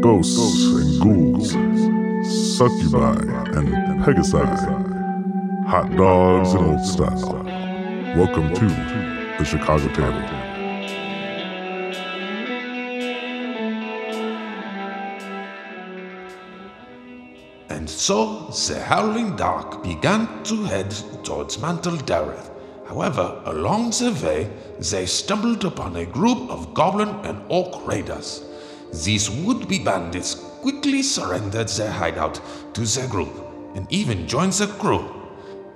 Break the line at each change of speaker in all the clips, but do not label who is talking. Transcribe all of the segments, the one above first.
ghosts and ghouls, succubi and pegasi, hot dogs and old style. Welcome to the Chicago Table.
And so the Howling Dark began to head towards Manteldareth. However, along the way, they stumbled upon a group of goblin and orc raiders. These would be bandits quickly surrendered their hideout to the group and even joined the crew.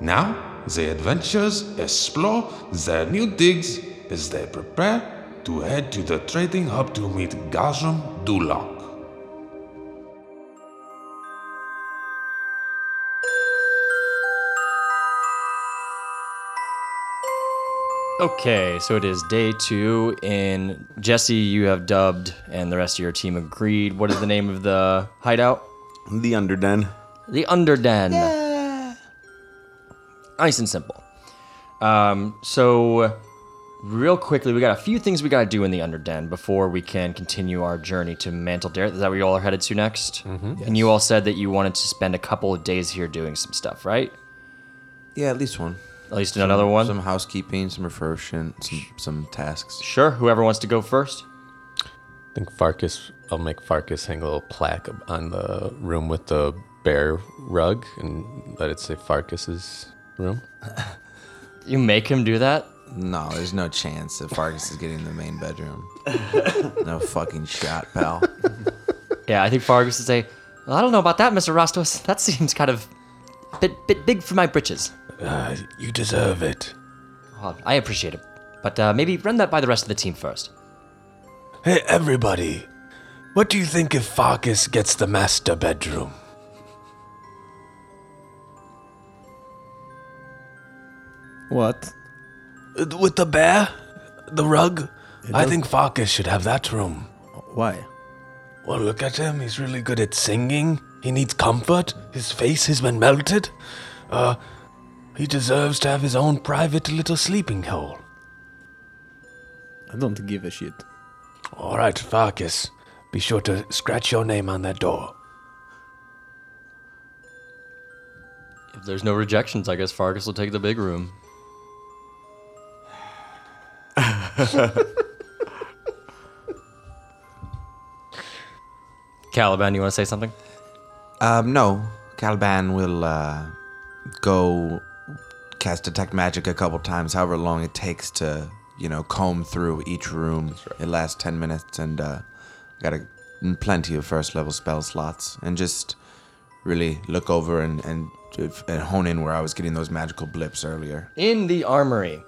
Now, the adventurers explore their new digs as they prepare to head to the trading hub to meet Gazum Dulak.
Okay, so it is day two, and Jesse, you have dubbed, and the rest of your team agreed. What is the name of the hideout?
The Underden.
The Underden. Nice and simple. Um, so, real quickly, we got a few things we got to do in the Underden before we can continue our journey to Mantle Dareth. Is that where you all are headed to next? Mm-hmm. And you all said that you wanted to spend a couple of days here doing some stuff, right?
Yeah, at least one.
At least another one.
Some housekeeping, some refurbishment, some some tasks.
Sure. Whoever wants to go first.
I think Farkas, I'll make Farkas hang a little plaque on the room with the bear rug and let it say Farkas's room.
You make him do that.
No, there's no chance that Fargus is getting the main bedroom. no fucking shot, pal.
Yeah, I think Fargus would say, well, I don't know about that, Mr. Rostos. That seems kind of bit bit big for my britches.
Uh, you deserve it.
Well, I appreciate it. But uh, maybe run that by the rest of the team first.
Hey, everybody. What do you think if Farkas gets the master bedroom?
What?
Uh, With the bear? The rug? I think Farkas should have that room.
Why?
Well, look at him. He's really good at singing. He needs comfort. His face has been melted. Uh, he deserves to have his own private little sleeping hole.
I don't give a shit.
All right, Farkas. Be sure to scratch your name on that door.
If there's no rejections, I guess Fargus will take the big room. Caliban, you want to say something?
Um, no, Caliban will uh, go cast detect magic a couple times, however long it takes to you know comb through each room. It lasts ten minutes, and uh, got a, plenty of first level spell slots, and just really look over and and, and hone in where I was getting those magical blips earlier.
in the armory,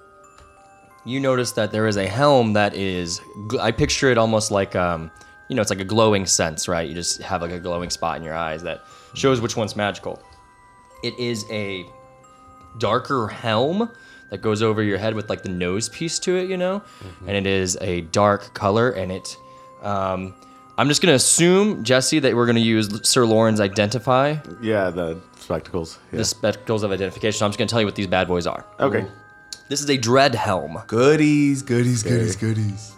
you notice that there is a helm that is. gl- I picture it almost like, um, you know, it's like a glowing sense, right? You just have like a glowing spot in your eyes that shows which one's magical. It is a darker helm that goes over your head with like the nose piece to it, you know, and it is a dark color, and it. Um, I'm just gonna assume Jesse that we're gonna use Sir Lauren's identify
Yeah, the spectacles. Yeah.
the spectacles of identification. So I'm just gonna tell you what these bad boys are.
okay.
This is a dread helm.
Goodies, goodies, goodies, goodies.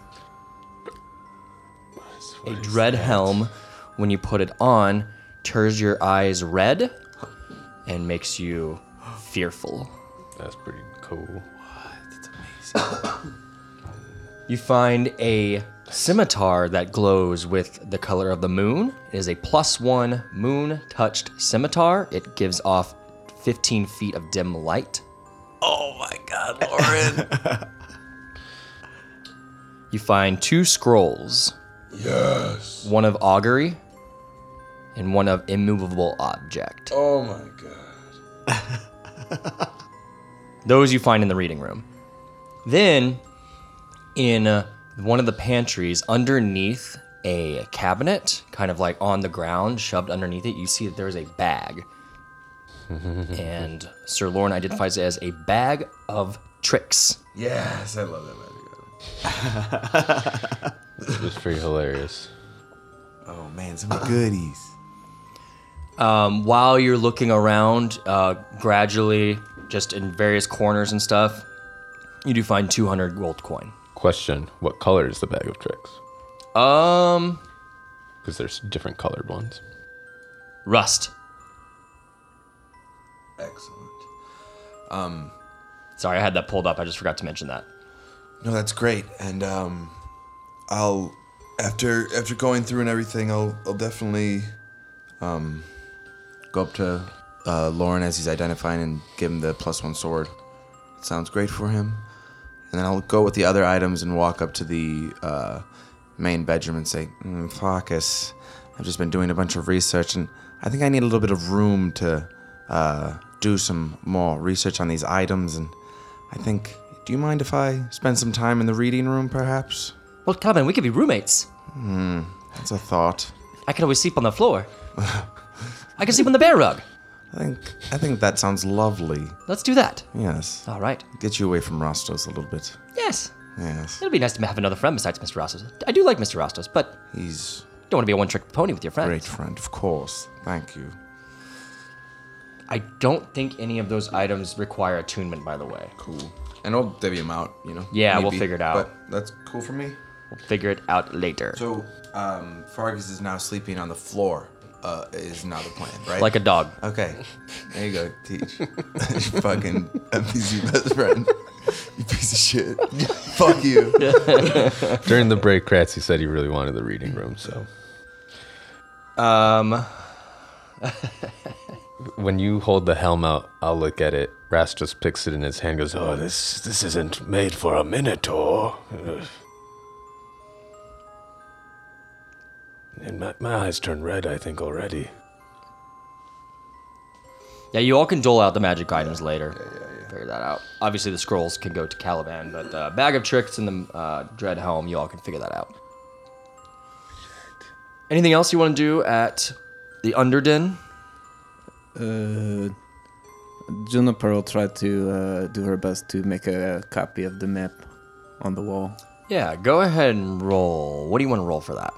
a dread helm when you put it on turns your eyes red and makes you fearful
That's pretty cool.
you find a scimitar that glows with the color of the moon it is a plus one moon touched scimitar it gives off 15 feet of dim light
Oh my God, Lauren!
you find two scrolls yes one of augury and one of immovable object
Oh my god.
those you find in the reading room. Then, in uh, one of the pantries, underneath a cabinet, kind of like on the ground, shoved underneath it, you see that there's a bag. and Sir Lorne identifies it as a bag of tricks.
Yes, I love that magic.
It was pretty hilarious.
oh man, some goodies.
Um, while you're looking around, uh, gradually, just in various corners and stuff, you do find 200 gold coin.
Question What color is the bag of tricks?
Um,
because there's different colored ones.
Rust.
Excellent.
Sorry, I had that pulled up. I just forgot to mention that.
No, that's great. And um, I'll after after going through and everything, I'll I'll definitely um go up to uh, Lauren as he's identifying and give him the plus one sword. It sounds great for him. And then I'll go with the other items and walk up to the uh, main bedroom and say, mm, "Focus. I've just been doing a bunch of research, and I think I need a little bit of room to uh, do some more research on these items and." I think. Do you mind if I spend some time in the reading room, perhaps?
Well, Calvin, we could be roommates.
That's a thought.
I could always sleep on the floor. I can sleep on the bear rug.
I think. I think that sounds lovely.
Let's do that.
Yes.
All right.
Get you away from Rostos a little bit.
Yes.
Yes.
It'll be nice to have another friend besides Mr. Rostos. I do like Mr. Rostos, but
He's
you don't want to be a one-trick pony with your
a
friends.
great friend, of course. Thank you.
I don't think any of those items require attunement, by the way.
Cool. And I'll divvy him out, you know.
Yeah, we'll figure it out.
But that's cool for me.
We'll figure it out later.
So, um, Fargus is now sleeping on the floor. Uh, is now the plan, right?
like a dog.
Okay. There you go. Teach. fucking NPC best friend. You piece of shit. Fuck you.
During the break, Kratzy said he really wanted the reading room, so.
Um,
When you hold the helm out, I'll look at it. Rast just picks it in his hand goes,
Oh,
Oh, this.
this this isn't made for a minotaur. Ugh. And my, my eyes turned red, I think, already.
yeah, you all can dole out the magic items later. Yeah, yeah, yeah. Figure that out. Obviously, the scrolls can go to Caliban, but the bag of tricks and the uh, dread helm, you all can figure that out. Anything else you want to do at the Underden?
Uh, Juniper will try to uh, do her best to make a copy of the map on the wall.
Yeah, go ahead and roll. What do you want to roll for that?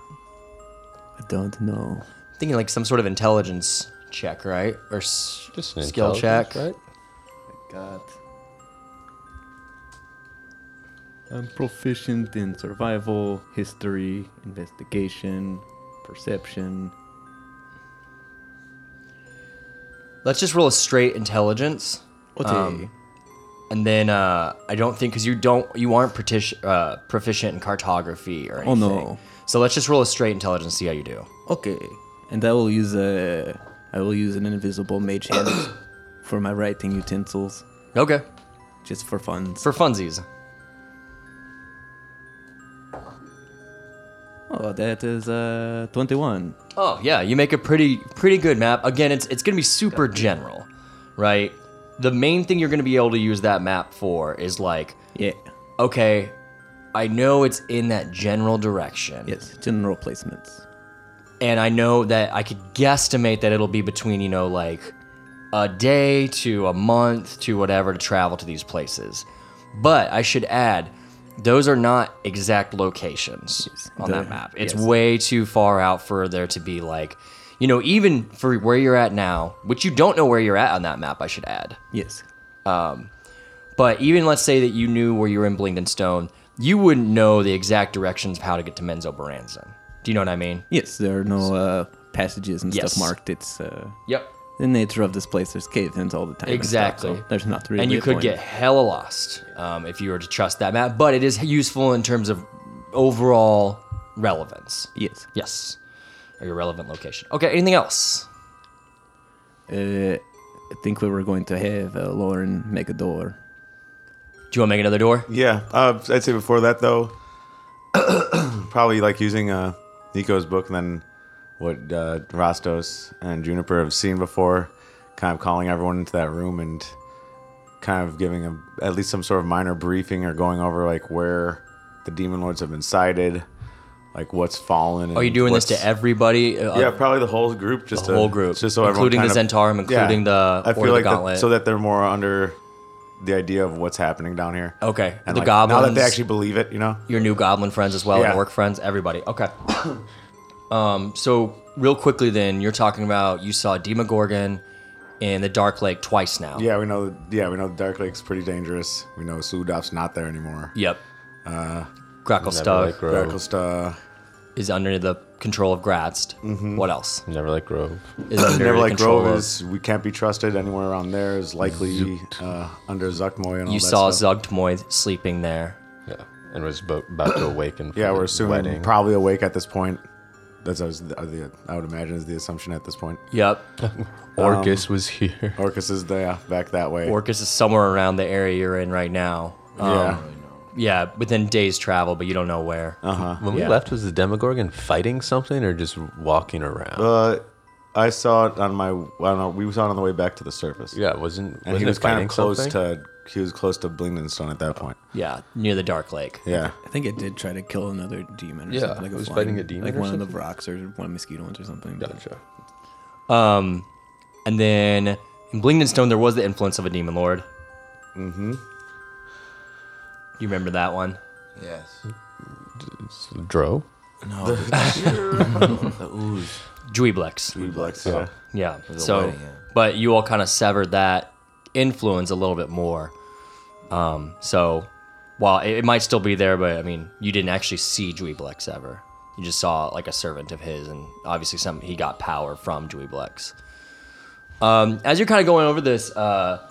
I don't know.
I'm thinking like some sort of intelligence check, right? Or s-
Just an
skill
intelligence,
check.
right?
God. I'm proficient in survival, history, investigation, perception.
Let's just roll a straight intelligence.
Okay.
Um, And then uh, I don't think because you don't you aren't profici- uh, proficient in cartography or
Oh,
anything.
no.
So let's just roll a straight intelligence, see how you do.
Okay, and I will use a I will use an invisible mage hand for my writing utensils,
Okay,
just for fun.
for funsies.
oh, that is uh twenty-one.
Oh yeah, you make a pretty pretty good map. Again, it's it's gonna be super general, right? The main thing you're gonna be able to use that map for is like,
Yeah.
okay, I know it's in that general direction.
Yes, general placements.
and I know that I could guesstimate that it'll be between, you know, like a day to a month to whatever to travel to these places. But I should add, those are not exact locations on
the-
that map. It's
yes.
way too far out for there to be like, you know, even for where you're at now, which you don't know where you're at on that map, I should add.
Yes.
But even let's say that you knew where you were in Blingdenstone, you wouldn't know the exact directions of how to get to Menzo Baranzan. Do you know what I mean?
Yes, there are no uh, passages and
Yes.
stuff marked. It's uh,
Yep.
the nature of this place. There's cave-ins all the time. and stuff, so
Exactly.
there's not really.
and you
a
could
point.
get hella lost um, if you were to trust that map but it is useful in terms of overall relevance
yes.
yes or your relevant location okay anything else
Uh, I think we were going to have uh, Lauren make a door.
do you want to make another door
Yeah, uh, I'd say before that though, probably like using uh, Nico's book and then what uh, Rostos and Juniper have seen before, kind of calling everyone into that room and kind of giving a, at least some sort of minor briefing or going over like where the demon lords have been sighted, like what's fallen. And
are you doing this
what's-
to everybody Uh,
Yeah, probably the whole group, just
The
to-
whole group,
just so everyone
including the
kind of-
Zentarum, including the-
I
or
feel
the
like that-
Gauntlet.
so that they're more under the idea of what's happening down here.
Okay,
and
the
like, Now that
goblins.
they actually believe it, you know.
your new goblin friends as well
Yeah.
and orc friends everybody okay um, so real quickly then you're talking about you saw demogorgon in the dark lake twice now
Yeah, we know. Yeah, we know the Dark Lake's pretty dangerous. We know Sudop's not there anymore.
yep uh,
Never
Gracklestuck
like grow.
Dracula,
is under the control of Gratz. What else?
Never like Grove.
Is under
Never
the
like
control
Grove
of-
is we can't be trusted anywhere around there is likely uh, under Zuckmoy and all
You
that
saw
stuff.
Zugtmoy sleeping there.
Yeah, and was bo- about to awaken. For
yeah,
the
we're assuming
wedding.
probably awake at this point. That's I was the, the I would imagine is the assumption at this point.
Yep.
Orcus
um,
was here.
Orcus is there back that way.
Orcus is somewhere around the area you're in right now. Um,
yeah,
yeah, within days travel, but you don't know where.
When we
Yeah.
left, was the Demogorgon fighting something or just walking around?
uh, I saw it on my I don't know. We saw it on the way back to the surface.
yeah, wasn't.
and
wasn't
he
it
was kind
fighting
of close
something?
to he was close to Blingdenstone at that point.
Yeah, near the Dark Lake.
Yeah,
I think it did try to kill another demon. Or
Yeah,
something, like
it
a
was
flying-
fighting a demon
like
or
one of the
something?
rocks or one of the mosquito ones or something. but-
Gotcha.
Um, and then in Blingdenstone, there was the influence of a demon lord. Mm-hmm. You remember that one?
Yes.
Dro.
No. the, the ooze.
Dweeblex.
Weeblex. Yeah,
Yeah.
was a
So,
wedding, yeah.
but you all kind of severed that influence a little bit more. Um, so, while it, it might still be there, but I mean, you didn't actually see Dweeblex ever. You just saw like a servant of his, and obviously, some he got power from Dweeblex. Um, as you're kind of going over this, uh,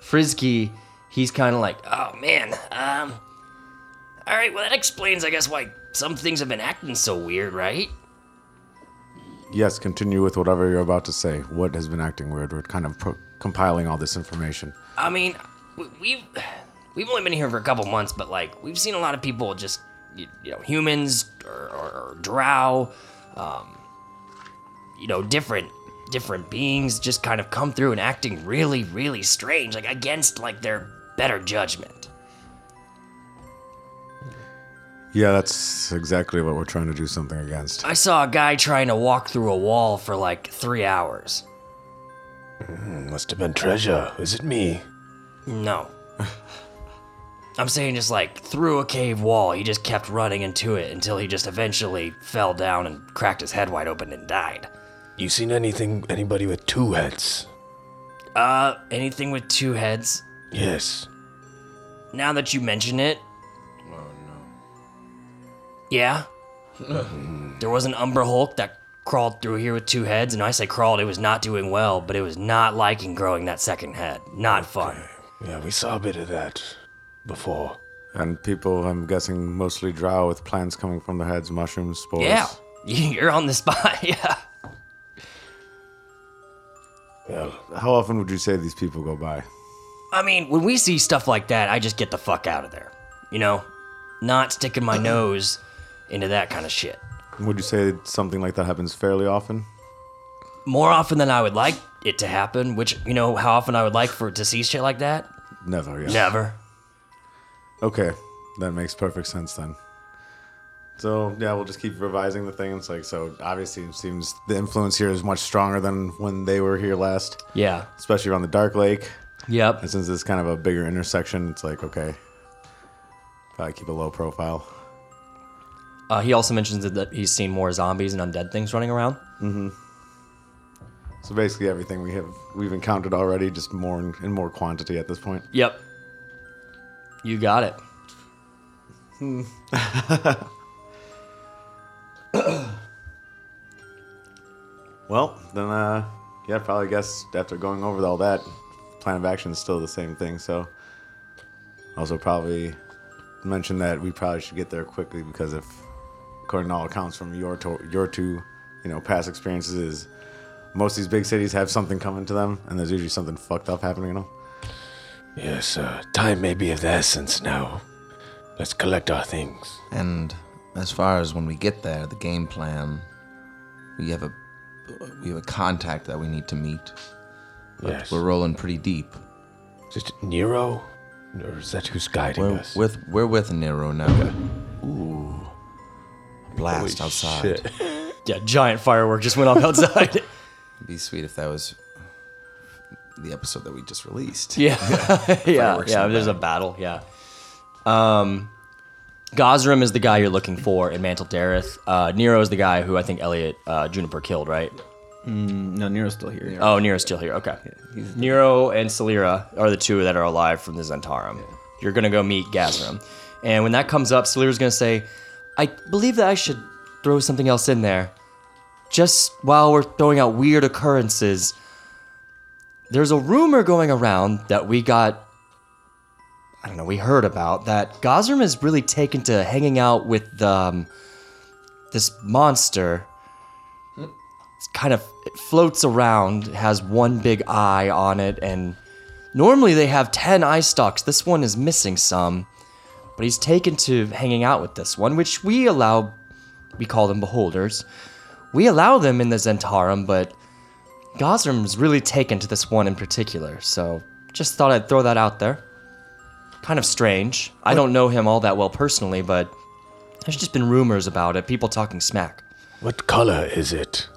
Frisky, he's kind of like, oh man, um, all right, well, that explains, I guess, why some things have been acting so weird, right?
Yes, continue with whatever you're about to say. What has been acting weird? We're kind of pro- compiling all this information.
I mean, we- we've we've only been here for a couple months, but like we've seen a lot of people just you, you know humans or, or, or drow, um, you know different different beings just kind of come through and acting really really strange, like against like their better judgment.
Yeah, that's exactly what we're trying to do something against.
I saw a guy trying to walk through a wall for like three hours.
Must have been treasure. Is it me?
No. I'm saying just like through a cave wall, he just kept running into it until he just eventually fell down and cracked his head wide open and died.
You seen anything, anybody with two heads?
Uh, anything with two heads?
Yes.
Now that you mention it. Oh no. Yeah? there was an Umber Hulk that crawled through here with two heads, and I say crawled, it was not doing well, but it was not liking growing that second head. Not fun.
Yeah, we saw a bit of that before.
And people, I'm guessing, mostly drow with plants coming from their heads, mushrooms, spores.
Yeah. You're on the spot, yeah.
Well,
How often would you say these people go by?
I mean, when we see stuff like that, I just get the fuck out of there. You know? Not sticking my nose into that kind of shit.
Would you say something like that happens fairly often?
More often than I would like it to happen, which, you know, how often I would like for to see shit like that?
Never, yeah.
Never.
Okay, that makes perfect sense then. So yeah, we'll just keep revising the thing. It's like so. Obviously, it seems the influence here is much stronger than when they were here last,
Yeah.
especially around the Dark Lake.
Yep.
And since it's kind of a bigger intersection, it's like okay, probably keep a low profile.
Uh, he also mentions that- that he's seen more zombies and undead things running around.
So basically, everything we have we've encountered already, just more in, in more quantity at this point.
Yep. You got it.
Well, then, uh, yeah, probably guess after going over all that, plan of action is still the same thing. So, also probably mention that we probably should get there quickly because if, according to all accounts from your to- your two, you know, past experiences, is most of these big cities have something coming to them, and there's usually something fucked up happening in them.
yes, uh, time may be of the essence now. Let's collect our things.
And as far as when we get there, the game plan, we have a we have a contact that we need to meet.
Yes.
We're rolling pretty deep.
Is it Nero? Or is that who's guiding
We're
us?
with we're with Nero now. Ooh. Blast outside.
Shit.
Yeah, giant firework just went off outside.
It'd be sweet if that was the episode that we just released.
yeah. yeah.
Fireworks in
Yeah.
the
There's a battle. Yeah. Um, Gosrim is the guy you're looking for in Mantle Dareth. Uh, Nero is the guy who I think Elliot uh, Juniper killed, right?
No, Nero's still here.
Oh, Nero's still here. Okay. Nero and Salira are the two that are alive from the Zentarum. You're going to go meet Gazrim. And when that comes up, Salira's going to say, I believe that I should throw something else in there. Just while we're throwing out weird occurrences, there's a rumor going around that we got. I don't know, we heard about that Gazrim is really taken to hanging out with um, this monster. It's kind of it floats around, it has one big eye on it, and normally they have 10 eye stalks. This one is missing some but he's taken to hanging out with this one, which we allow. We call them beholders. We allow them in the Zentarum, but Gosrim's really taken to this one in particular, so just thought I'd throw that out there. Kind of strange. I don't know him all that well personally, but there's just been rumors about it, people talking smack.
What color is it?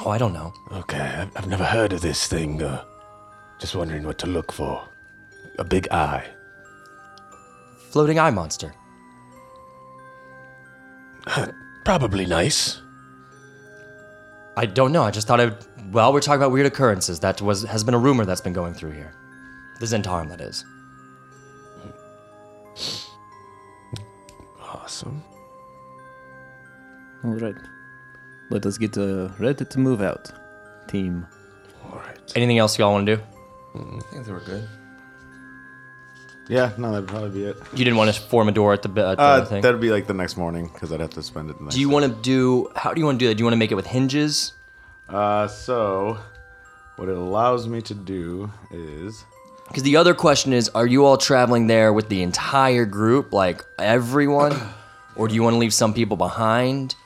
Oh, I don't know.
Okay, I've, I've never heard of this thing. Uh, just wondering what to look for. A big eye.
Floating eye monster.
Probably nice.
I don't know. I just thought I would. Well, we're talking about weird occurrences. That was has been a rumor that's been going through here. The Zentarum, that is.
Awesome.
All right. Let us get uh, ready to move out, team.
All right.
Anything else y'all want to do?
I think they were good.
Yeah, no, that'd probably be it.
You didn't want to form a door at the, b- at the
Uh,
thing.
that'd be like the next morning because I'd have to spend it. The next
do you want to do? How do you want to do that? Do you want to make it with hinges?
Uh, so, what it allows me to do is
Because the other question is, are you all traveling there with the entire group, like everyone, or do you want to leave some people behind?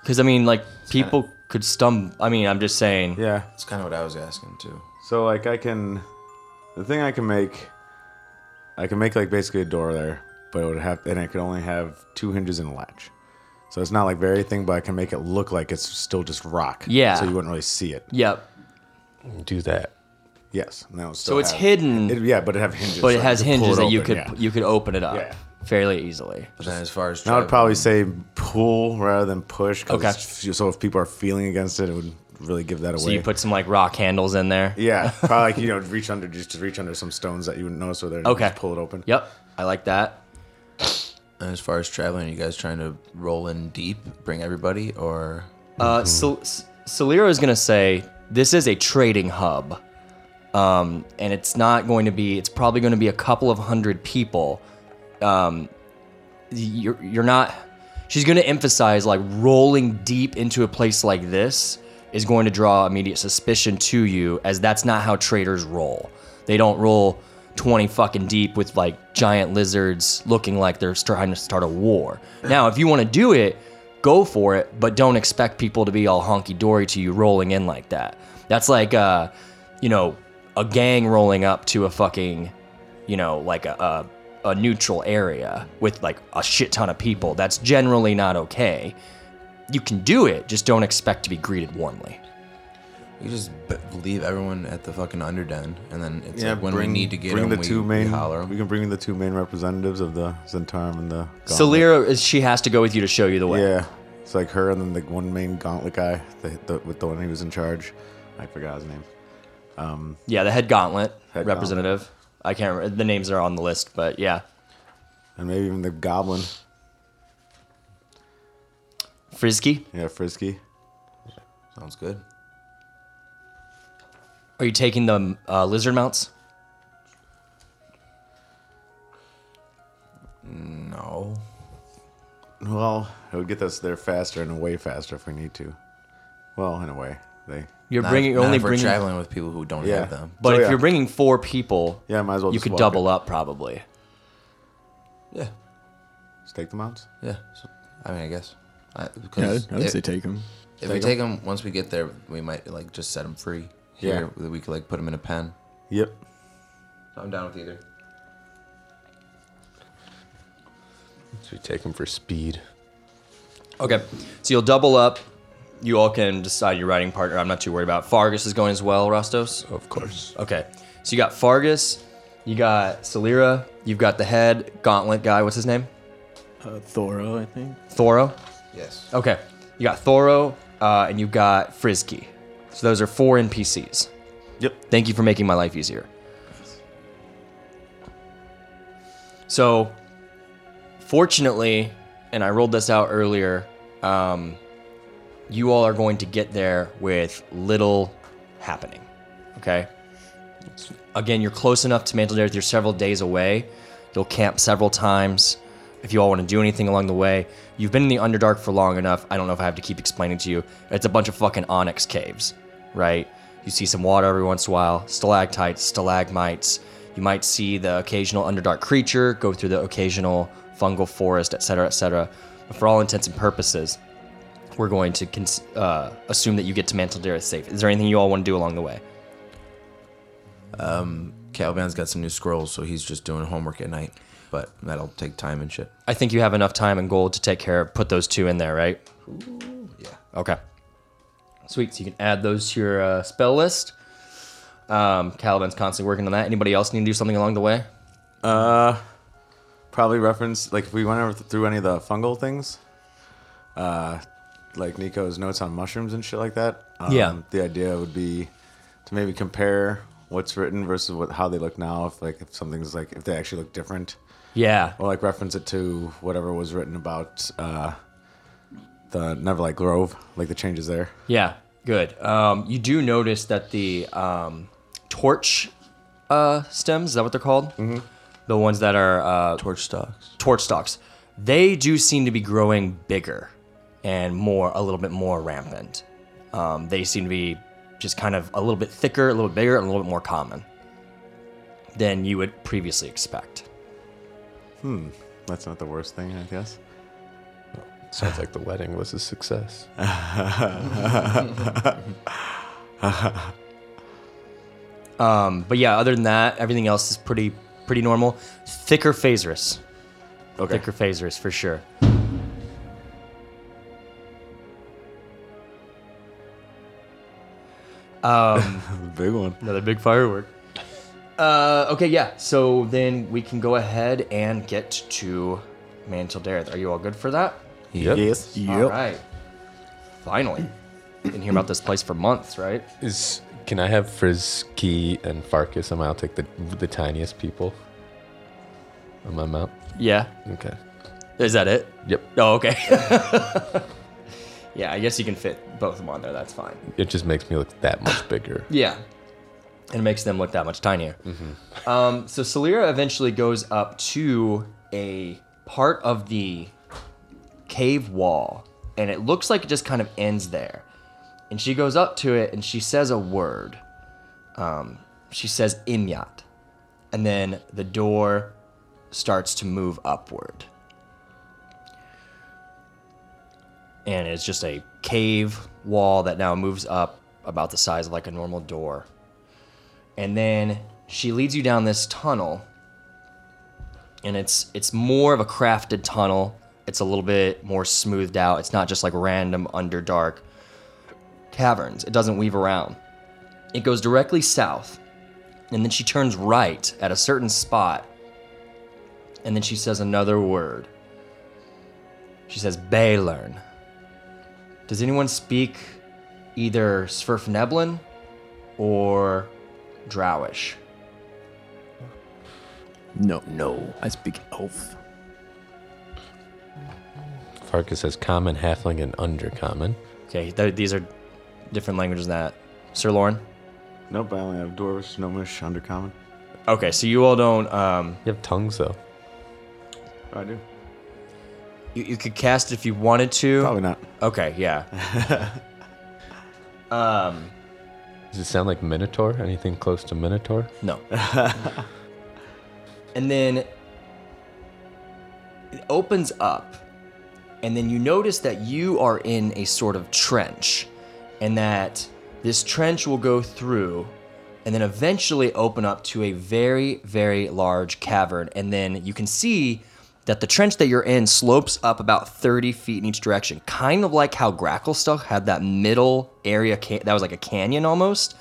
Because I mean, like people could stumble. I mean, I'm just saying.
yeah.
That's kind of what I was asking too.
So like I can, the thing I can make, I can make like basically a door there, but it would have and it could only have two hinges and a latch. So it's not like very thing, but I can make it look like it's still just rock.
Yeah.
So you wouldn't really see it.
Yep.
Do that.
Yes. And that would still
So it's
have-
hidden,
It, yeah, but it have hinges.
but
so
it has
you could pull
hinges
it
that you
open,
could
yeah.
you could open it up
Yeah.
fairly easily.
But then as far as
And I would
traveling-
probably say pull rather than push. 'cause
Okay.
it's- So if people are feeling against it, it would really give that away.
So you put some like rock handles in there.
Yeah, probably like you know, reach under just to reach under some stones that you wouldn't notice were there. And
Okay.
just pull it open.
Yep. I like that.
and as far as traveling, are you guys trying to roll in deep, bring everybody, or
Uh, Sol- S- Solero is gonna say this is a trading hub, um, and it's not going to be. It's probably going to be a couple of hundred people. Um, you're you're not. She's gonna emphasize like rolling deep into a place like this is going to draw immediate suspicion to you, as that's not how traders roll. They don't roll twenty fucking deep with like giant lizards looking like they're trying to start a war. Now, if you want to do it, go for it, but don't expect people to be all honky dory to you rolling in like that. That's like, uh, you know, a gang rolling up to a fucking, you know, like a, a, a neutral area with like a shit ton of people. That's generally not okay. You can do it, just don't expect to be greeted warmly.
you just b- leave everyone at the fucking underden, and then it's
Yeah,
like when we need to get
bring
'em,
the
we,
two main.
we holler 'em.
We can bring the two main representatives of the Zentarum and the. Gauntlet.
Salira, is- she has to go with you to show you the way.
Yeah, it's like her and then the one main gauntlet guy, the, the, with the one who was in charge. I forgot his name.
Yeah, the head gauntlet
Head
representative. I can't remember. The names are on the list, but yeah.
And maybe even the goblin.
Frisky,
Yeah, Frisky.
Sounds good.
are you taking the uh, lizard mounts?
No,
Well, it would get us there faster and away faster if we need to. Well, in a way, they.
You're
Not-
bringing. You're
not
only
if we're
bringing.
traveling with people who don't
Yeah.
have them.
But
So,
if
Oh, yeah.
you're bringing four people,
Yeah, might as well.
you
just
could
walk
double up probably.
Yeah,
It. Just take the mounts.
yeah. So, I mean, I guess. I,
Yeah,
because
I would
if,
say take him.
if we take them once we get there, we might like just set them free. Here, we could like put them in a pen.
Yep.
I'm down with either.
So we take him for speed.
Okay, so you'll double up. You all can decide your riding partner. I'm not too worried about. Fargus is going as well, Rostos.
Of course.
Okay, so you got Fargus, you got Salira, you've got the head gauntlet guy. What's his name?
Uh, Thoro, I think.
Thoro.
Yes.
Okay, you got Thoro, uh, and you've got Frisky. So those are four NPCs.
Yep.
Thank you for making my life easier. So, Fortunately, and I rolled this out earlier, um, you all are going to get there with little happening. Okay? Again, you're close enough to Mantle Dareth. You're several days away. You'll camp several times. If you all want to do anything along the way, you've been in the Underdark for long enough. I don't know if I have to keep explaining to you. It's a bunch of fucking onyx caves, right? You see some water every once in a while, stalactites, stalagmites. You might see the occasional Underdark creature, go through the occasional fungal forest, etc., etc. But for all intents and purposes, we're going to cons- uh, assume that you get to Mantle Dareth safe. Is there anything you all want to do along the way?
Caliban's got some new scrolls, so he's just doing homework at night. But that'll take time and shit.
I think you have enough time and gold to take care of. Put those two in there, right? yeah. Okay. Sweet. So you can add those to your uh, spell list. Um, Caliban's constantly working on that. Anybody else need to do something along the way?
Probably reference like if we went over th- through any of the fungal things, uh, like Nico's notes on mushrooms and shit like that. Um,
Yeah.
The idea would be to maybe compare what's written versus what how they look now. If like if something's like if they actually look different,
Yeah.
or like reference it to whatever was written about uh, the Neverlight Grove, like the changes there.
Yeah, good. Um, you do notice that the um, torch uh, stems, is that what they're called? Mm-hmm. The ones that are uh,
Torch stocks.
torch stalks, they do seem to be growing bigger and more, a little bit more rampant. Um, they seem to be just kind of a little bit thicker, a little bit bigger, and a little bit more common than you would previously expect.
That's not the worst thing, I guess.
Sounds like the wedding was a success.
Um, but yeah, other than that, everything else is pretty pretty normal. Thicker phasers.
Okay.
Thicker phasers for sure.
Big one.
Another big firework. Uh, okay, yeah. So then we can go ahead and get to Mantle Dareth. Are you all good for that?
Yep.
Yes.
All right. Finally. Didn't hear about this place for months, right?
Is can I have Frisky and Farkas? And I'll take the the tiniest people on my map.
Yeah.
Okay.
Is that it?
Yep.
Oh, okay. yeah, I guess you can fit both of them on there. That's fine.
It just makes me look that much bigger.
Yeah. And it makes them look that much tinier. Um, so Salira eventually goes up to a part of the cave wall, and it looks like it just kind of ends there. And she goes up to it and she says a word. Um, she says Imyat. And then the door starts to move upward. and it's just a cave wall that now moves up about the size of like a normal door. And then she leads you down this tunnel, and it's it's more of a crafted tunnel. It's a little bit more smoothed out. It's not just like random underdark caverns. It doesn't weave around. It goes directly south, and then she turns right at a certain spot, and then she says another word. She says Baylern. Does anyone speak either Sverfneblin or Drowish?
No. No. I speak elf.
Farkas has common, halfling, and undercommon.
Okay, th- these are different languages than that. Sir Lauren?
Nope, I only have Dwarvish, Gnomish, Undercommon.
Okay, so you all don't. Um,
You have tongues though.
Oh, I do.
you, you could cast if you wanted to.
Probably not.
Okay, yeah. um,
Does it sound like Minotaur? Anything close to Minotaur?
No. and then it opens up, and then you notice that you are in a sort of trench, and that this trench will go through and then eventually open up to a very, very large cavern. And then you can see that the trench that you're in slopes up about 30 feet in each direction, kind of like how Gracklestuck had that middle area ca- that was like a canyon almost.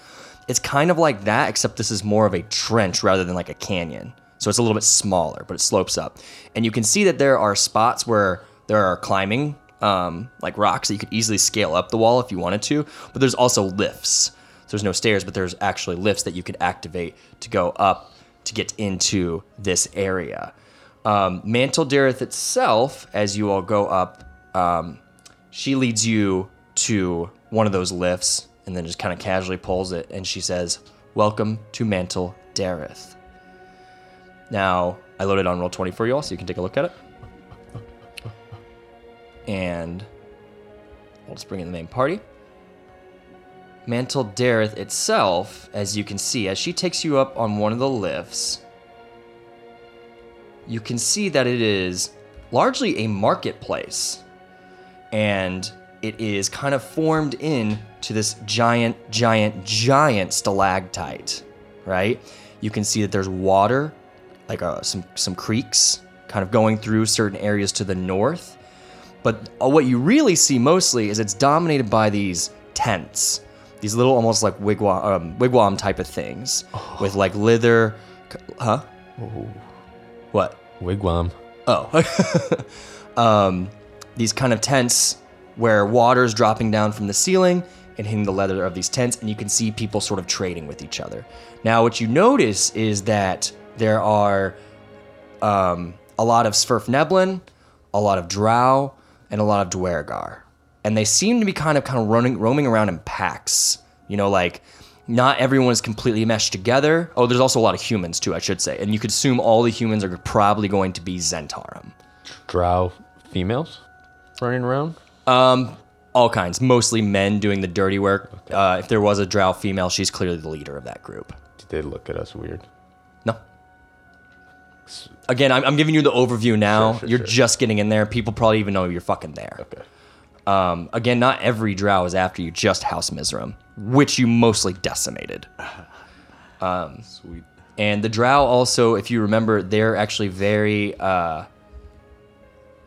It's kind of like that, except this is more of a trench rather than like a canyon. So it's a little bit smaller, but it slopes up. And you can see that there are spots where there are climbing, um, like rocks that you could easily scale up the wall if you wanted to. But there's also lifts. So there's no stairs, but there's actually lifts that you could activate to go up to get into this area. Um, Mantle Dareth itself, as you all go up, um, she leads you to one of those lifts and then just kind of casually pulls it and she says, Welcome to Mantle Dareth. Now, I loaded on roll 20 for you all, so you can take a look at it. And I'll just bring in the main party. Mantle Dareth itself, as you can see, as she takes you up on one of the lifts, you can see that it is largely a marketplace. And it is kind of formed in to this giant, giant, giant stalactite, right? You can see that there's water, like uh, some, some creeks, kind of going through certain areas to the north. But uh, what you really see mostly is it's dominated by these tents, these little almost like wigwam, um, wigwam type of things with like lither, c- huh? What?
Wigwam.
Oh. um, these kind of tents where water's dropping down from the ceiling and hitting the leather of these tents, and you can see people sort of trading with each other. Now, what you notice is that there are um, a lot of Sverfneblin, a lot of Drow, and a lot of Dwergar. And they seem to be kind of kind of running, roaming around in packs. You know, like not everyone is completely meshed together. Oh, there's also a lot of humans too, I should say. And you could assume all the humans are probably going to be Zentarum.
Drow females running around.
All kinds, mostly men doing the dirty work. Uh, if there was a Drow female, she's clearly the leader of that group.
Did they look at us weird?
No. Again, I'm, I'm giving you the overview now. you're just getting in there. People probably even know you're fucking there.
Okay.
Um, again, not every drow is after you, just House Mizrim, which you mostly decimated. Um,
Sweet.
And the drow also, if you remember, they're actually very, uh,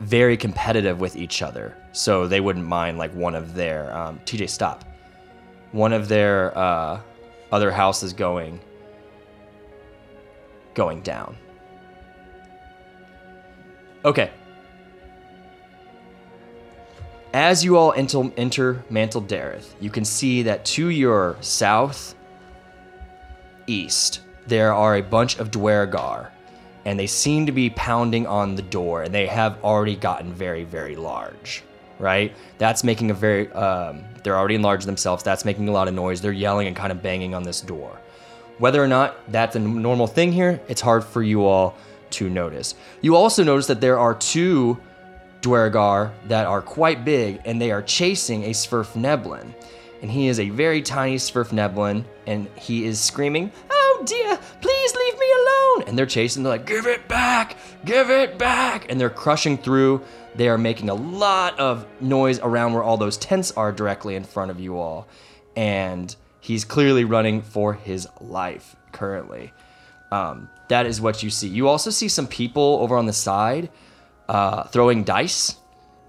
very competitive with each other. So they wouldn't mind like one of their um, TJ stop, one of their uh, other houses going going down. Okay, as you all enter, enter Mantle Dareth, you can see that to your south east, there are a bunch of Dwergar, and they seem to be pounding on the door, and they have already gotten very, very large. Right? That's making a very. Um, they're already enlarged themselves. That's making a lot of noise. They're yelling and kind of banging on this door. Whether or not that's a n- normal thing here, it's hard for you all to notice. You also notice that there are two Dwergar that are quite big, and they are chasing a Sverfneblin. And he is a very tiny Sverfneblin, and he is screaming, Oh dear, please leave me alone! And they're chasing, they're like, Give it back! Give it back! And they're crushing through. They are making a lot of noise around where all those tents are directly in front of you all. And he's clearly running for his life currently. Um, that is what you see. You also see some people over on the side uh, throwing dice,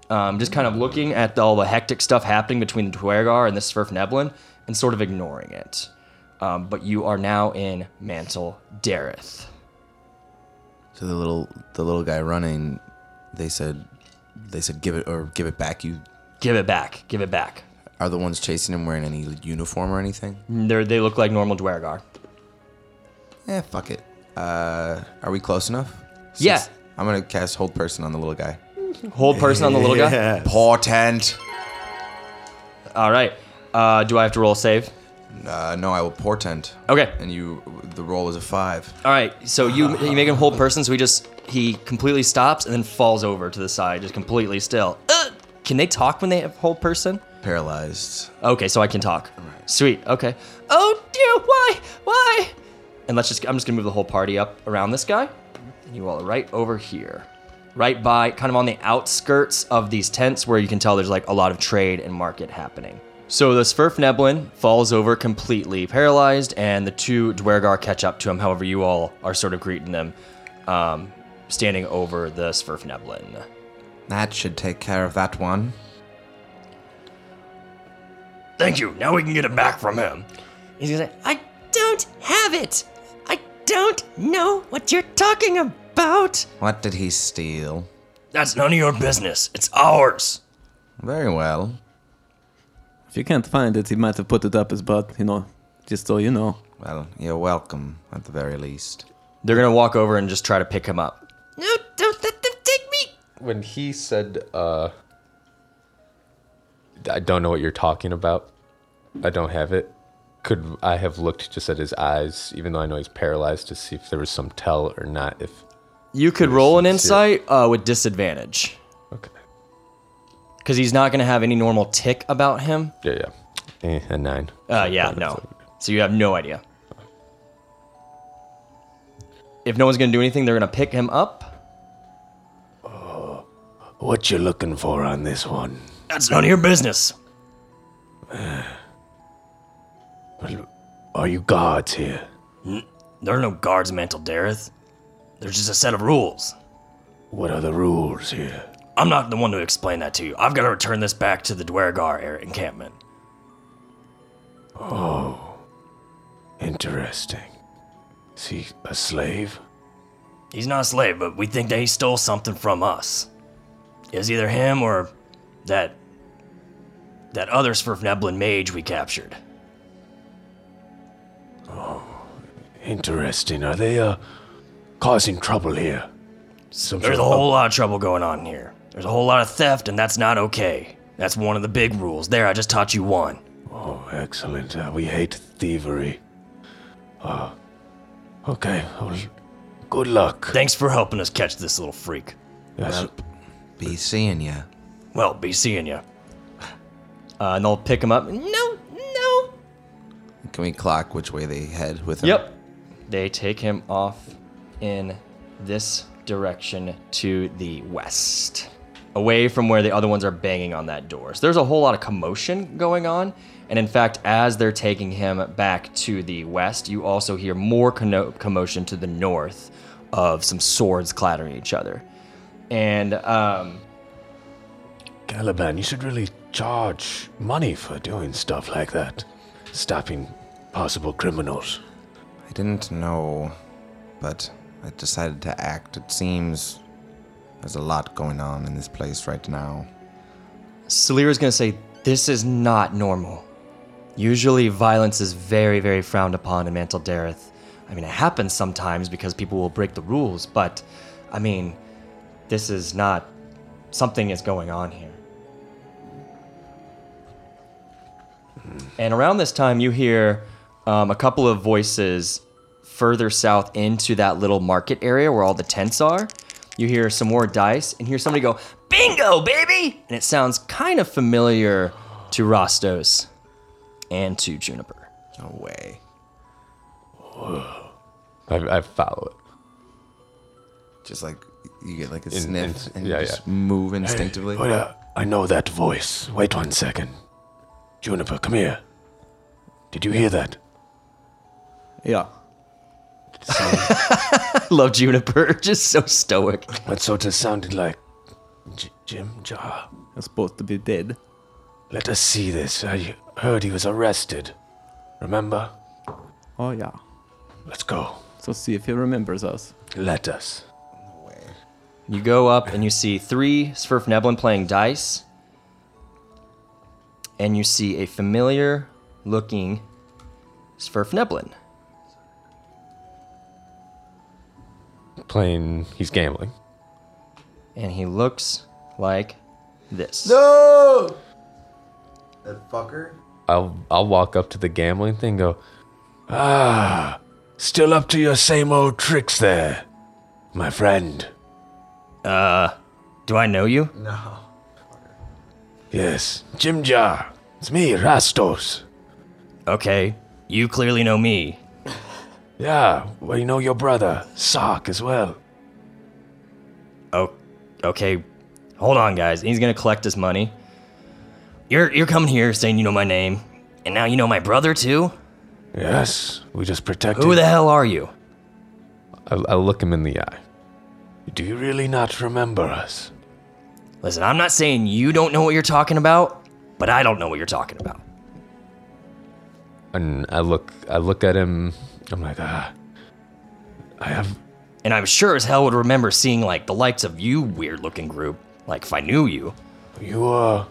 um, just kind of looking at all the hectic stuff happening between the Dwergar and the Sverf Neblin and sort of ignoring it. Um, but you are now in Mantle Dareth.
So the little the little guy running, they said they said give it or give it back. You
Give it back. Give it back.
are the ones chasing him wearing any uniform or anything?
They're, they look like normal Dwergar.
Eh, fuck it. Uh, are we close enough?
Yeah.
Since- I'm gonna cast hold person on the little guy.
Hold person on the little guy.
Yeah.
Portent.
All right. Uh, do I have to roll a save?
Uh, no, I will portent.
Okay.
And you, the roll is a five.
All right. So you you make him hold person. So he just he completely stops and then falls over to the side, just completely still. Uh, can they talk when they have hold person?
Paralyzed.
Okay, so I can talk. Sweet. Okay. Oh dear, why, why? And let's just—I'm just gonna move the whole party up around this guy, and you all are right over here, right by, kind of on the outskirts of these tents, where you can tell there's like a lot of trade and market happening. So the Sverfneblin falls over completely paralyzed, and the two Dwergar catch up to him. However, you all are sort of greeting them, um, standing over the Sverfneblin.
That should take care of that one.
Thank you. Now we can get it back from him. He's gonna say, I don't have it. I don't know what you're talking about.
What did he steal?
That's none of your business. It's ours.
Very well.
If you can't find it, he might have put it up his butt, you know, just so you know.
Well, you're welcome at the very least.
They're gonna walk over and just try to pick him up.
No, do
when he said, uh, "I don't know what you're talking about. I don't have it." Could I have looked just at his eyes, even though I know he's paralyzed, to see if there was some tell or not? If
You could roll an
sincere.
insight uh, with disadvantage
okay,
because he's not going to have any normal tick about him.
yeah, yeah, Eh, a nine.
Uh, yeah, no. So you have no idea. If no one's going to do anything, they're going to pick him up.
What you looking for on this one?
That's none of your business.
Are you guards here?
There are no guards, Mantle Dareth. There's just a set of rules.
What are the rules here?
I'm not the one to explain that to you. I've got to return this back to the Dwergar area encampment.
Interesting. See, a slave?
He's not a slave, but we think that he stole something from us. It was either him or that that other Sverfneblin mage we captured.
Interesting. Are they, uh, causing trouble here? Some
There's a
sort of-
whole lot of trouble going on here. There's a whole lot of theft, and that's not okay. That's one of the big rules. There, I just taught you one.
Oh, excellent. Uh, we hate thievery. Uh, okay. Well, good luck.
Thanks for helping us catch this little freak.
Yes.
Be seeing ya.
Well, be seeing you. Uh, and they'll pick him up. No, no.
Can we clock which way they head with him?
Yep. They take him off in this direction to the west, away from where the other ones are banging on that door. So there's a whole lot of commotion going on. And in fact, as they're taking him back to the west, you also hear more conno- commotion to the north of some swords clattering each other. And um,
Caliban, you should really charge money for doing stuff like that. Stopping possible criminals.
I didn't know, but I decided to act. It seems there's a lot going on in this place right now.
Salira's gonna say, This is not normal. Usually, violence is very, very frowned upon in Mantle Dareth. I mean, it happens sometimes because people will break the rules, but I mean, this is not. Something is going on here. And around this time, you hear um, a couple of voices further south into that little market area where all the tents are. You hear some more dice and hear somebody go, Bingo, baby! And it sounds kind of familiar to Rostos and to Juniper.
No way.
I, I follow it.
Just like you get like a
In-
sniff
in-
and
yeah,
you just move instinctively.
Wait, uh, I know that voice. Wait one second. Juniper, come here. Did you hear that?
Yeah.
I love Juniper, just so stoic.
That sort of sounded like J- Jim Jar.
I'm supposed to be dead.
Let us see this. I heard he was arrested. Remember?
Oh, yeah.
Let's go.
So see if he remembers us.
Let us.
You go up and you see three Sverfneblin playing dice, and you see a familiar looking Sverfneblin.
Playing, he's gambling.
and he looks like this.
No! That fucker?
I'll I'll walk up to the gambling thing. and Go.
Still up to your same old tricks there, my friend.
Do I know you?
Yes, Jim Jar. It's me, Rastos.
Okay, you clearly know me.
Yeah, well, you know your brother, Sark, as well.
Oh, okay. Hold on, guys. He's gonna collect his money. You're you're coming here saying you know my name, and now you know my brother too.
Yes, we just protected.
Who the hell are you?
I, I look him in the eye.
Do you really not remember us?
Listen, I'm not saying you don't know what you're talking about, but I don't know what you're talking about.
and I look I look at him. I'm like, ah,
I have.
And I'm sure as hell would remember seeing like the likes of you weird-looking group. Like if I knew you,
You are.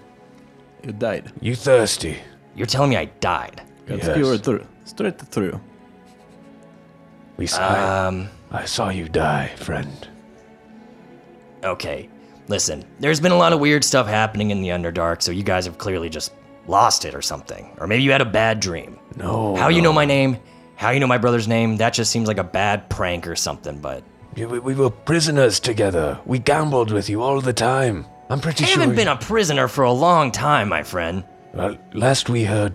You died.
You thirsty?
you're telling me I died.
That's
Yes.
pure through. Straight through.
Um,
We saw. I saw you die, friend.
Okay. Listen, there's been a lot of weird stuff happening in the Underdark, so you guys have clearly just lost it or something. Or maybe you had a bad dream. No. How you know my name, how you know my brother's name, that just seems like a bad prank or something, but.
You- We, we were prisoners together. We gambled with you all the time. I'm pretty
I
sure.
haven't
you-
been a prisoner for a long time, my friend.
Well, last we heard,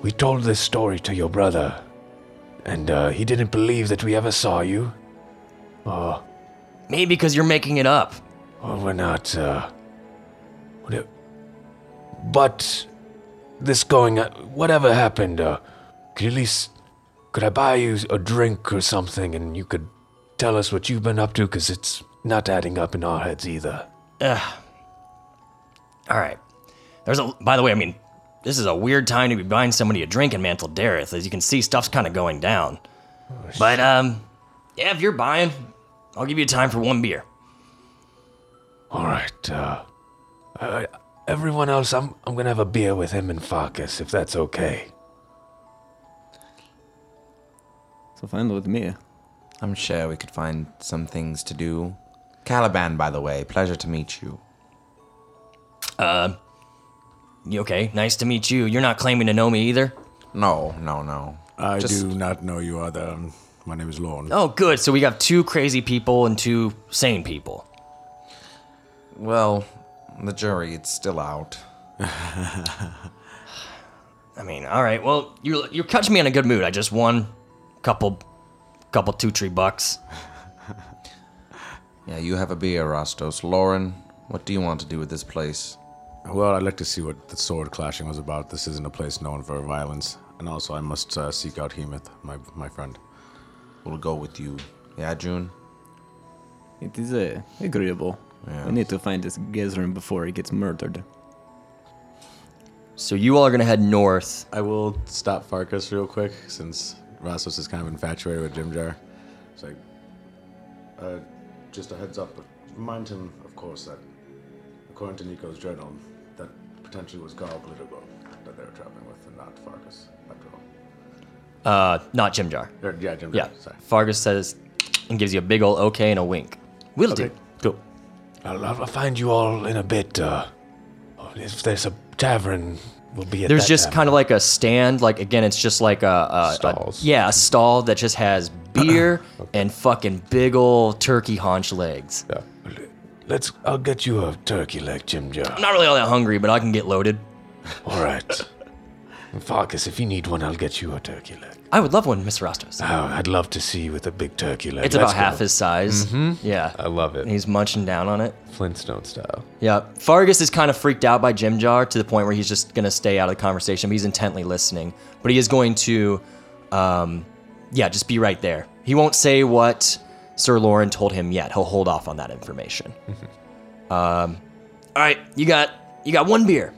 we told this story to your brother, and uh, he didn't believe that we ever saw you.
Maybe because you're making it up.
Well, Oh, we're not. Uh, what it- but this going, uh, whatever happened, uh, could you at least could I buy you a drink or something, and you could tell us what you've been up to, because it's not adding up in our heads either.
All right. There's a. By the way, I mean, this is a weird time to be buying somebody a drink in Mantle Dareth. As you can see, stuff's kind of going down.
Oh,
But um, yeah, if you're buying, I'll give you time for one beer.
All right. Uh, uh, everyone else, I'm I'm gonna have a beer with him and Farkas, if that's okay.
So fine with me.
I'm sure we could find some things to do. Caliban, by the way, pleasure to meet you.
You okay? Nice to meet you. You're not claiming to know me either.
No, no, no.
I do not know you are there. My name is Lorne.
Oh, good. So we got two crazy people and two sane people.
Well, the jury, it's still out.
I mean, all right. Well, you you catch me in a good mood. I just won, couple, couple two tree bucks.
Yeah, you have a beer, Rostos. Lauren, what do you want to do with this place?
Well, I'd like to see what the sword clashing was about. This isn't a place known for violence. And also, I must uh, seek out Hemeth, my, my friend.
We'll go with you. Yeah, June?
It is uh, agreeable. We need to find this Gezrin before he gets murdered.
So you all are gonna head north.
I will stop Farkas real quick since Rastos is kind of infatuated with Jimjar. It's like, uh, just a heads up, but remind him, of course, that according to Nico's journal, that potentially was Garl Glitterbow that they were traveling with and not Farkas after all.
Uh, not Jim Jar.
Or, yeah, Jimjar,
Yeah.
sorry.
Fargus says and gives you a big ol' okay and a wink. Will do.
Cool.
I'll, I'll find you all in a bit. Uh, if there's a tavern, we'll be at
There's
that
just
tavern.
kind of like a stand. Like again, it's just like a, a, a-
Stalls.
yeah, a stall that just has beer and fucking big ol' turkey haunch legs.
Yeah.
Let's. I'll get you a turkey leg, Jim
I'm
Jar.
not really all that hungry, but I can get loaded.
All right. And Farkas, if you need one, I'll get you a turkey leg.
I would love one, Mr. Rostos.
Oh, I'd love to see you with a big turkey leg.
It's
Let's
about half
go.
his size. Yeah.
Mm-hmm. I love
And
it.
he's munching down on it.
Flintstone style.
Yeah. Fargus is kind of freaked out by Jim Jar to the point where he's just going to stay out of the conversation, but he's intently listening. But he is going to, um, yeah, just be right there. He won't say what Sir Lauren told him yet. He'll hold off on that information. um,
Mm-hmm.
all right, you got you got one beer.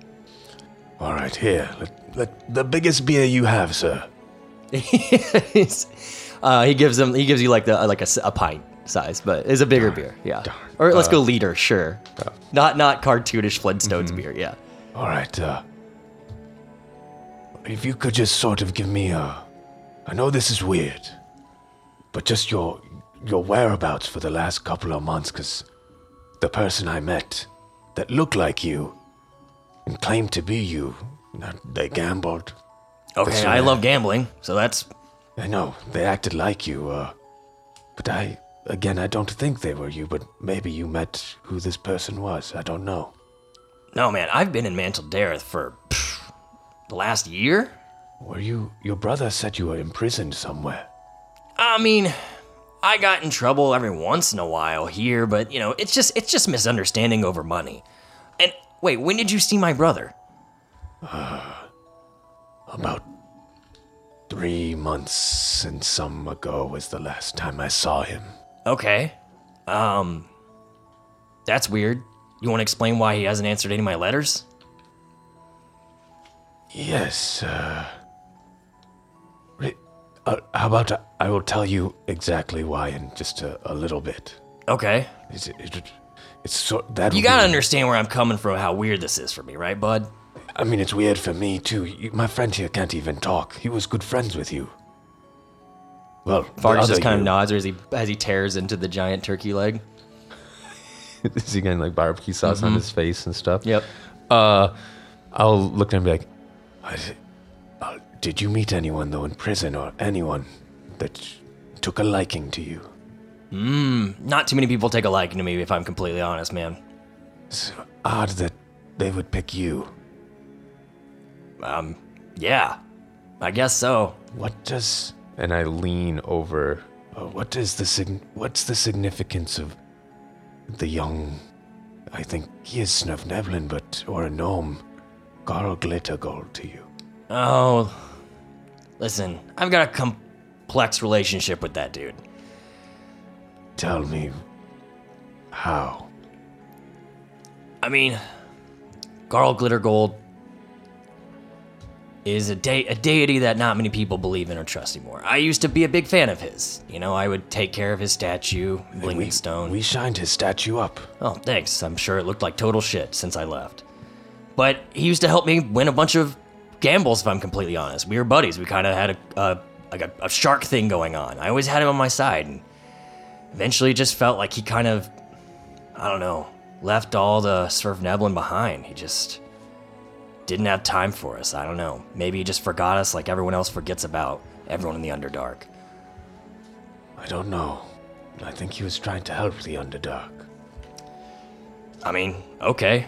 All right, here. Let, let, the biggest beer you have, sir.
He's- uh, he gives him he gives you like the like a, s- a pint size, but it's a bigger beer. Yeah. Or let's go liter, sure. Not not cartoonish Flintstones beer. Yeah.
All right. Uh, if you could just sort of give me a. I know this is weird, but just your your whereabouts for the last couple of months, because the person I met that looked like you and claimed to be you, now, they gambled.
Okay,
Sure.
I love gambling, so that's
I know they acted like you, uh, but I again I don't think they were you, but maybe you met who this person was. I don't know.
No, man, I've been in Mantle Dareth for pff, the last year.
Were you? Your brother said you were imprisoned somewhere.
I mean, I got in trouble every once in a while here, but you know, it's just it's just misunderstanding over money. And wait, when did you see my brother?
About three months and some ago was the last time I saw him.
Okay. Um That's weird. You want to explain why he hasn't answered any of my letters?
Yes, uh. re- uh, how about I- I will tell you exactly why in just a, a little bit.
Okay.
It's, it, it's so that
You got to understand where I'm coming from, how weird this is for me, right, bud?
I mean, it's weird for me too. You, my friend here can't even talk. He was good friends with you. Well, the
Vargas
other
just kind
you.
of nods as he as he tears into the giant turkey leg.
is he getting like barbecue sauce on his face and stuff?
Mm-hmm. Yep.
Uh, I'll look at him and be like,
I s- uh, did you meet anyone, though, in prison or anyone that took a liking to you?
Not too many people take a liking to me, if I'm completely honest, man.
It's odd that they would pick you.
Yeah, I guess so.
What does.
and I lean over.
Uh, what is the sig- What's the significance of the young. I think he is Snufneblin, but. or a gnome. Carl Glittergold to you.
Oh, listen, I've got a complex relationship with that dude.
Tell me. how?
I mean, Garl Glittergold is a de- a deity that not many people believe in or trust anymore. I used to be a big fan of his. You know, I would take care of his statue, Blinging Stone.
We shined his statue up.
Oh, thanks. I'm sure it looked like total shit since I left. But he used to help me win a bunch of gambles, if I'm completely honest. We were buddies. We kind of had a, a like a, a shark thing going on. I always had him on my side, and eventually it just felt like he kind of, I don't know, left all the Surf Neblin behind. He just didn't have time for us. I don't know. Maybe he just forgot us like everyone else forgets about everyone in the Underdark.
I don't know. I think he was trying to help the Underdark.
I mean, okay.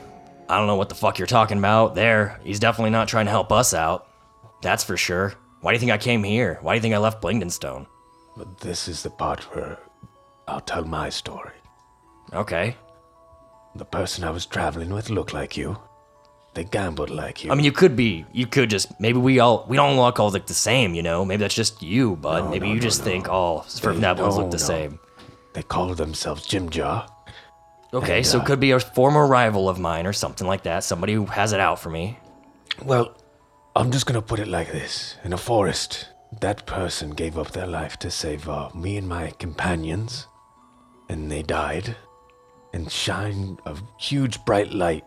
I don't know what the fuck you're talking about there. He's definitely not trying to help us out. That's for sure. Why do you think I came here? Why do you think I left Blingdenstone?
But this is the part where I'll tell my story.
Okay.
The person I was traveling with looked like you. They gambled like you.
I mean, you could be, you could just, maybe we all, we don't look all like the same, you know? Maybe that's just you, bud. maybe you just think all Sperm Neblins
no,
look the
no.
same.
they called themselves Jim Jar.
Okay, so it could be a former rival of mine or something like that. Somebody who has it out for me.
Well, I'm just gonna put it like this: in a forest, that person gave up their life to save uh, me and my companions, and they died. And shine a huge bright light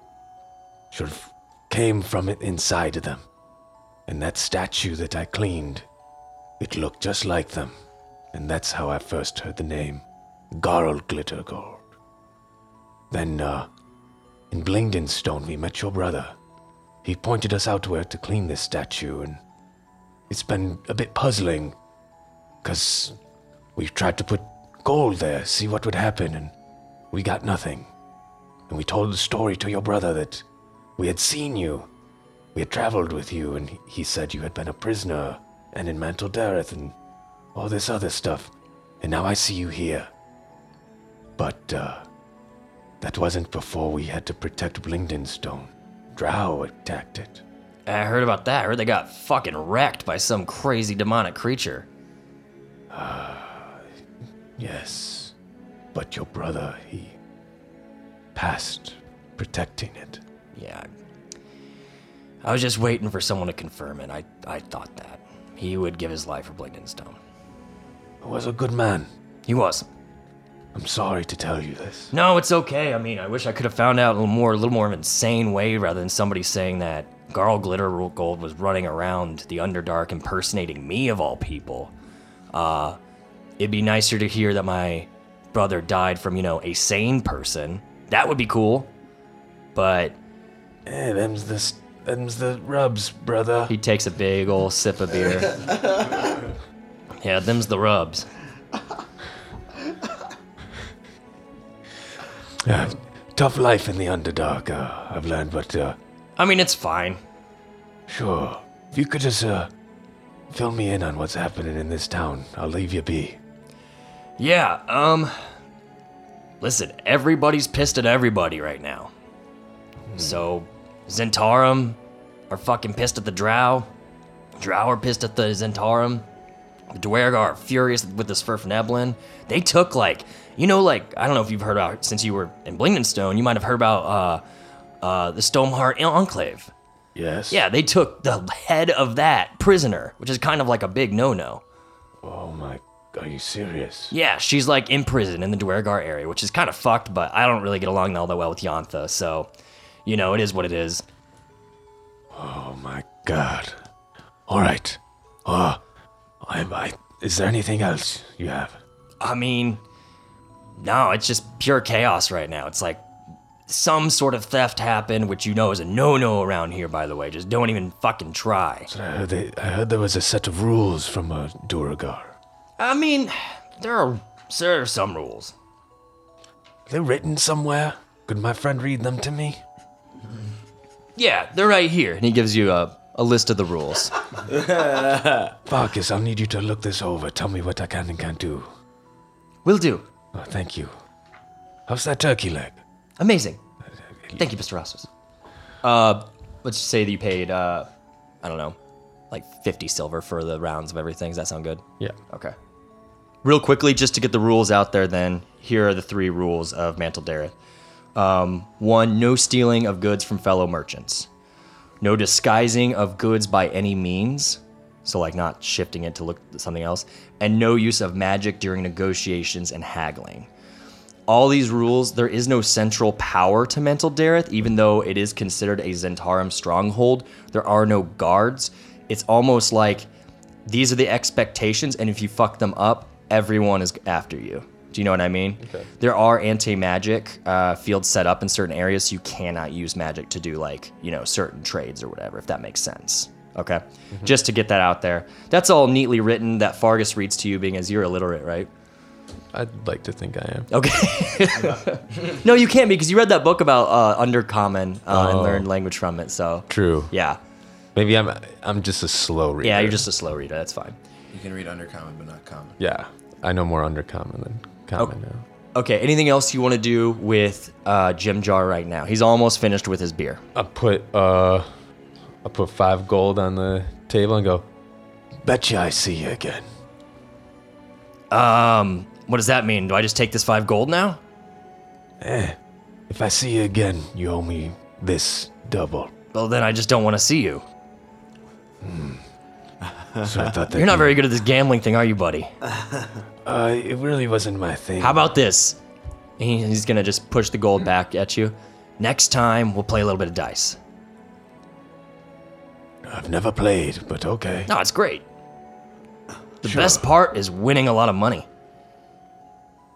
sort of came from it inside of them. And that statue that I cleaned, it looked just like them. And that's how I first heard the name, Garl Glittergold. Then, uh, in Blingdenstone, we met your brother. He pointed us out where to clean this statue, and it's been a bit puzzling, because we tried to put gold there, see what would happen, and we got nothing. And we told the story to your brother that we had seen you, we had traveled with you, and he- he said you had been a prisoner and in Mantle Dareth and all this other stuff, and now I see you here. But, uh, that wasn't before we had to protect Blingdenstone. Drow attacked it.
I heard about that. I heard they got fucking wrecked by some crazy demonic creature.
Yes. But your brother, he passed protecting it.
Yeah. I was just waiting for someone to confirm it. I, I thought that. He would give his life for Blingdenstone.
He was a good man.
He was.
I'm sorry to tell you this.
No, it's okay. I mean, I wish I could have found out a little more, a little more of an insane way rather than somebody saying that Garl Glittergold was running around the Underdark impersonating me of all people. Uh, it'd be nicer to hear that my brother died from, you know, a sane person. That would be cool. But
Eh, them's the, s- them's the rubs, brother.
He takes a big ol' sip of beer. yeah, them's the rubs.
Uh, tough life in the Underdark, uh, I've learned, but uh,
I mean, it's fine.
sure. If you could just uh, fill me in on what's happening in this town, I'll leave you be.
Yeah, um. Listen, everybody's pissed at everybody right now. So, Zentarum are fucking pissed at the Drow. Drow are pissed at the Zentarum. The Dwerg are furious with this Firth Neblin. They took, like, you know, like, I don't know if you've heard about, since you were in Blingdenstone, you might have heard about uh, uh, the Stoneheart Enclave.
Yes?
Yeah, they took the head of that prisoner, which is kind of like a big no no.
Oh my. Are you serious?
Yeah, she's like in prison in the Dwergar area, which is kind of fucked, but I don't really get along all that well with Yantha, so, you know, it is what it is.
Oh my god. All right. Uh, I, I, is there anything else you have?
I mean, no, it's just pure chaos right now. It's like some sort of theft happened, which you know is a no-no around here, by the way. Just don't even fucking try.
I heard, they, I heard there was a set of rules from uh, Duragar.
I mean, there are, there are some rules.
Are they written somewhere? Could my friend read them to me?
Yeah, they're right here. And he gives you a, a list of the rules.
Farkas, I'll need you to look this over. Tell me what I can and can't do.
Will do.
Oh, thank you. How's that turkey leg?
Amazing. Thank you, Mr. Rosses. Uh, let's just say that you paid, uh, I don't know, like 50 silver for the rounds of everything. Does that sound good?
Yeah.
Okay. Real quickly, just to get the rules out there, then, here are the three rules of Mantle Dareth. Um, one, no stealing of goods from fellow merchants. No disguising of goods by any means. So, like, not shifting it to look something else. And no use of magic during negotiations and haggling all these rules, there is no central power to Mental Dareth, even though it is considered a Zentarum stronghold. There are no guards. It's almost like these are the expectations, and if you fuck them up, everyone is after you. Do you know what I mean? There are anti magic uh, fields set up in certain areas, so you cannot use magic to do, like, you know, certain trades or whatever, if that makes sense. Okay. Just to get that out there. That's all neatly written that Fargus reads to you, being as you're illiterate, right?
I'd like to think I am.
Okay. no, you can't be because you read that book about uh, undercommon uh, and learned language from it. So
True.
yeah,
Maybe I'm I'm just a slow reader.
yeah, you're just a slow reader. That's fine.
You can read undercommon, but not common.
Yeah. I know more under common than common
Oh.
now.
Okay. Anything else you want to do with uh, Jim Jar right now? He's almost finished with his beer.
I put uh I put five gold on the table and go,
Betcha I see you again.
What does that mean? Do I just take this five gold now?
If I see you again, you owe me this double.
Well, then I just don't want to see you.
So I thought that
You're not very good at this gambling thing, are you, buddy?
Uh, it really wasn't my thing.
How about this? He- He's gonna just push the gold back at you. Next time we'll play a little bit of dice.
I've never played, but okay.
No, it's great. The best part is winning a lot of money.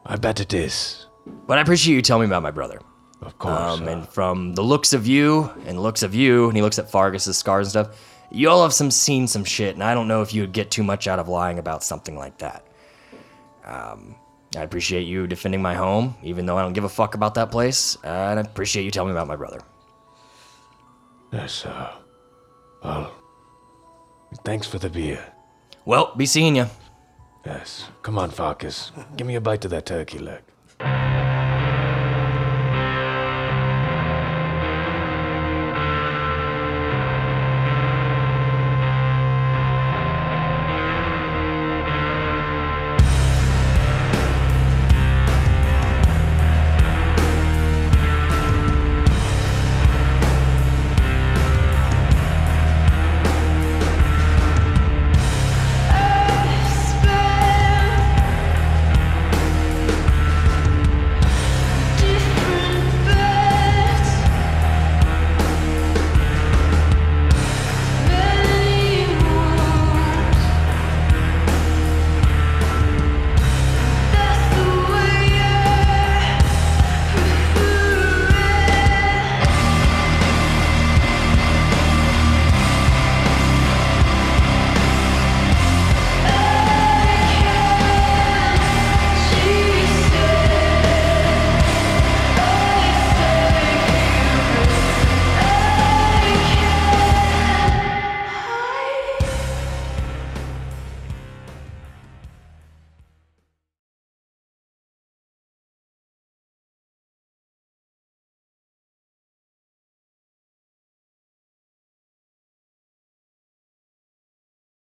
I bet it is.
But I appreciate you telling me about my brother.
Of course. uh,
Um, and from the looks of you and the looks of you, and he looks at Fargus's scars and stuff, you all have some seen some shit, and I don't know if you would get too much out of lying about something like that. Um, I appreciate you defending my home, even though I don't give a fuck about that place, and I appreciate you telling me about my brother.
yes, uh, well, thanks for the beer.
Well, be seeing you.
Yes. Come on, Farkas. Give me a bite of that turkey leg.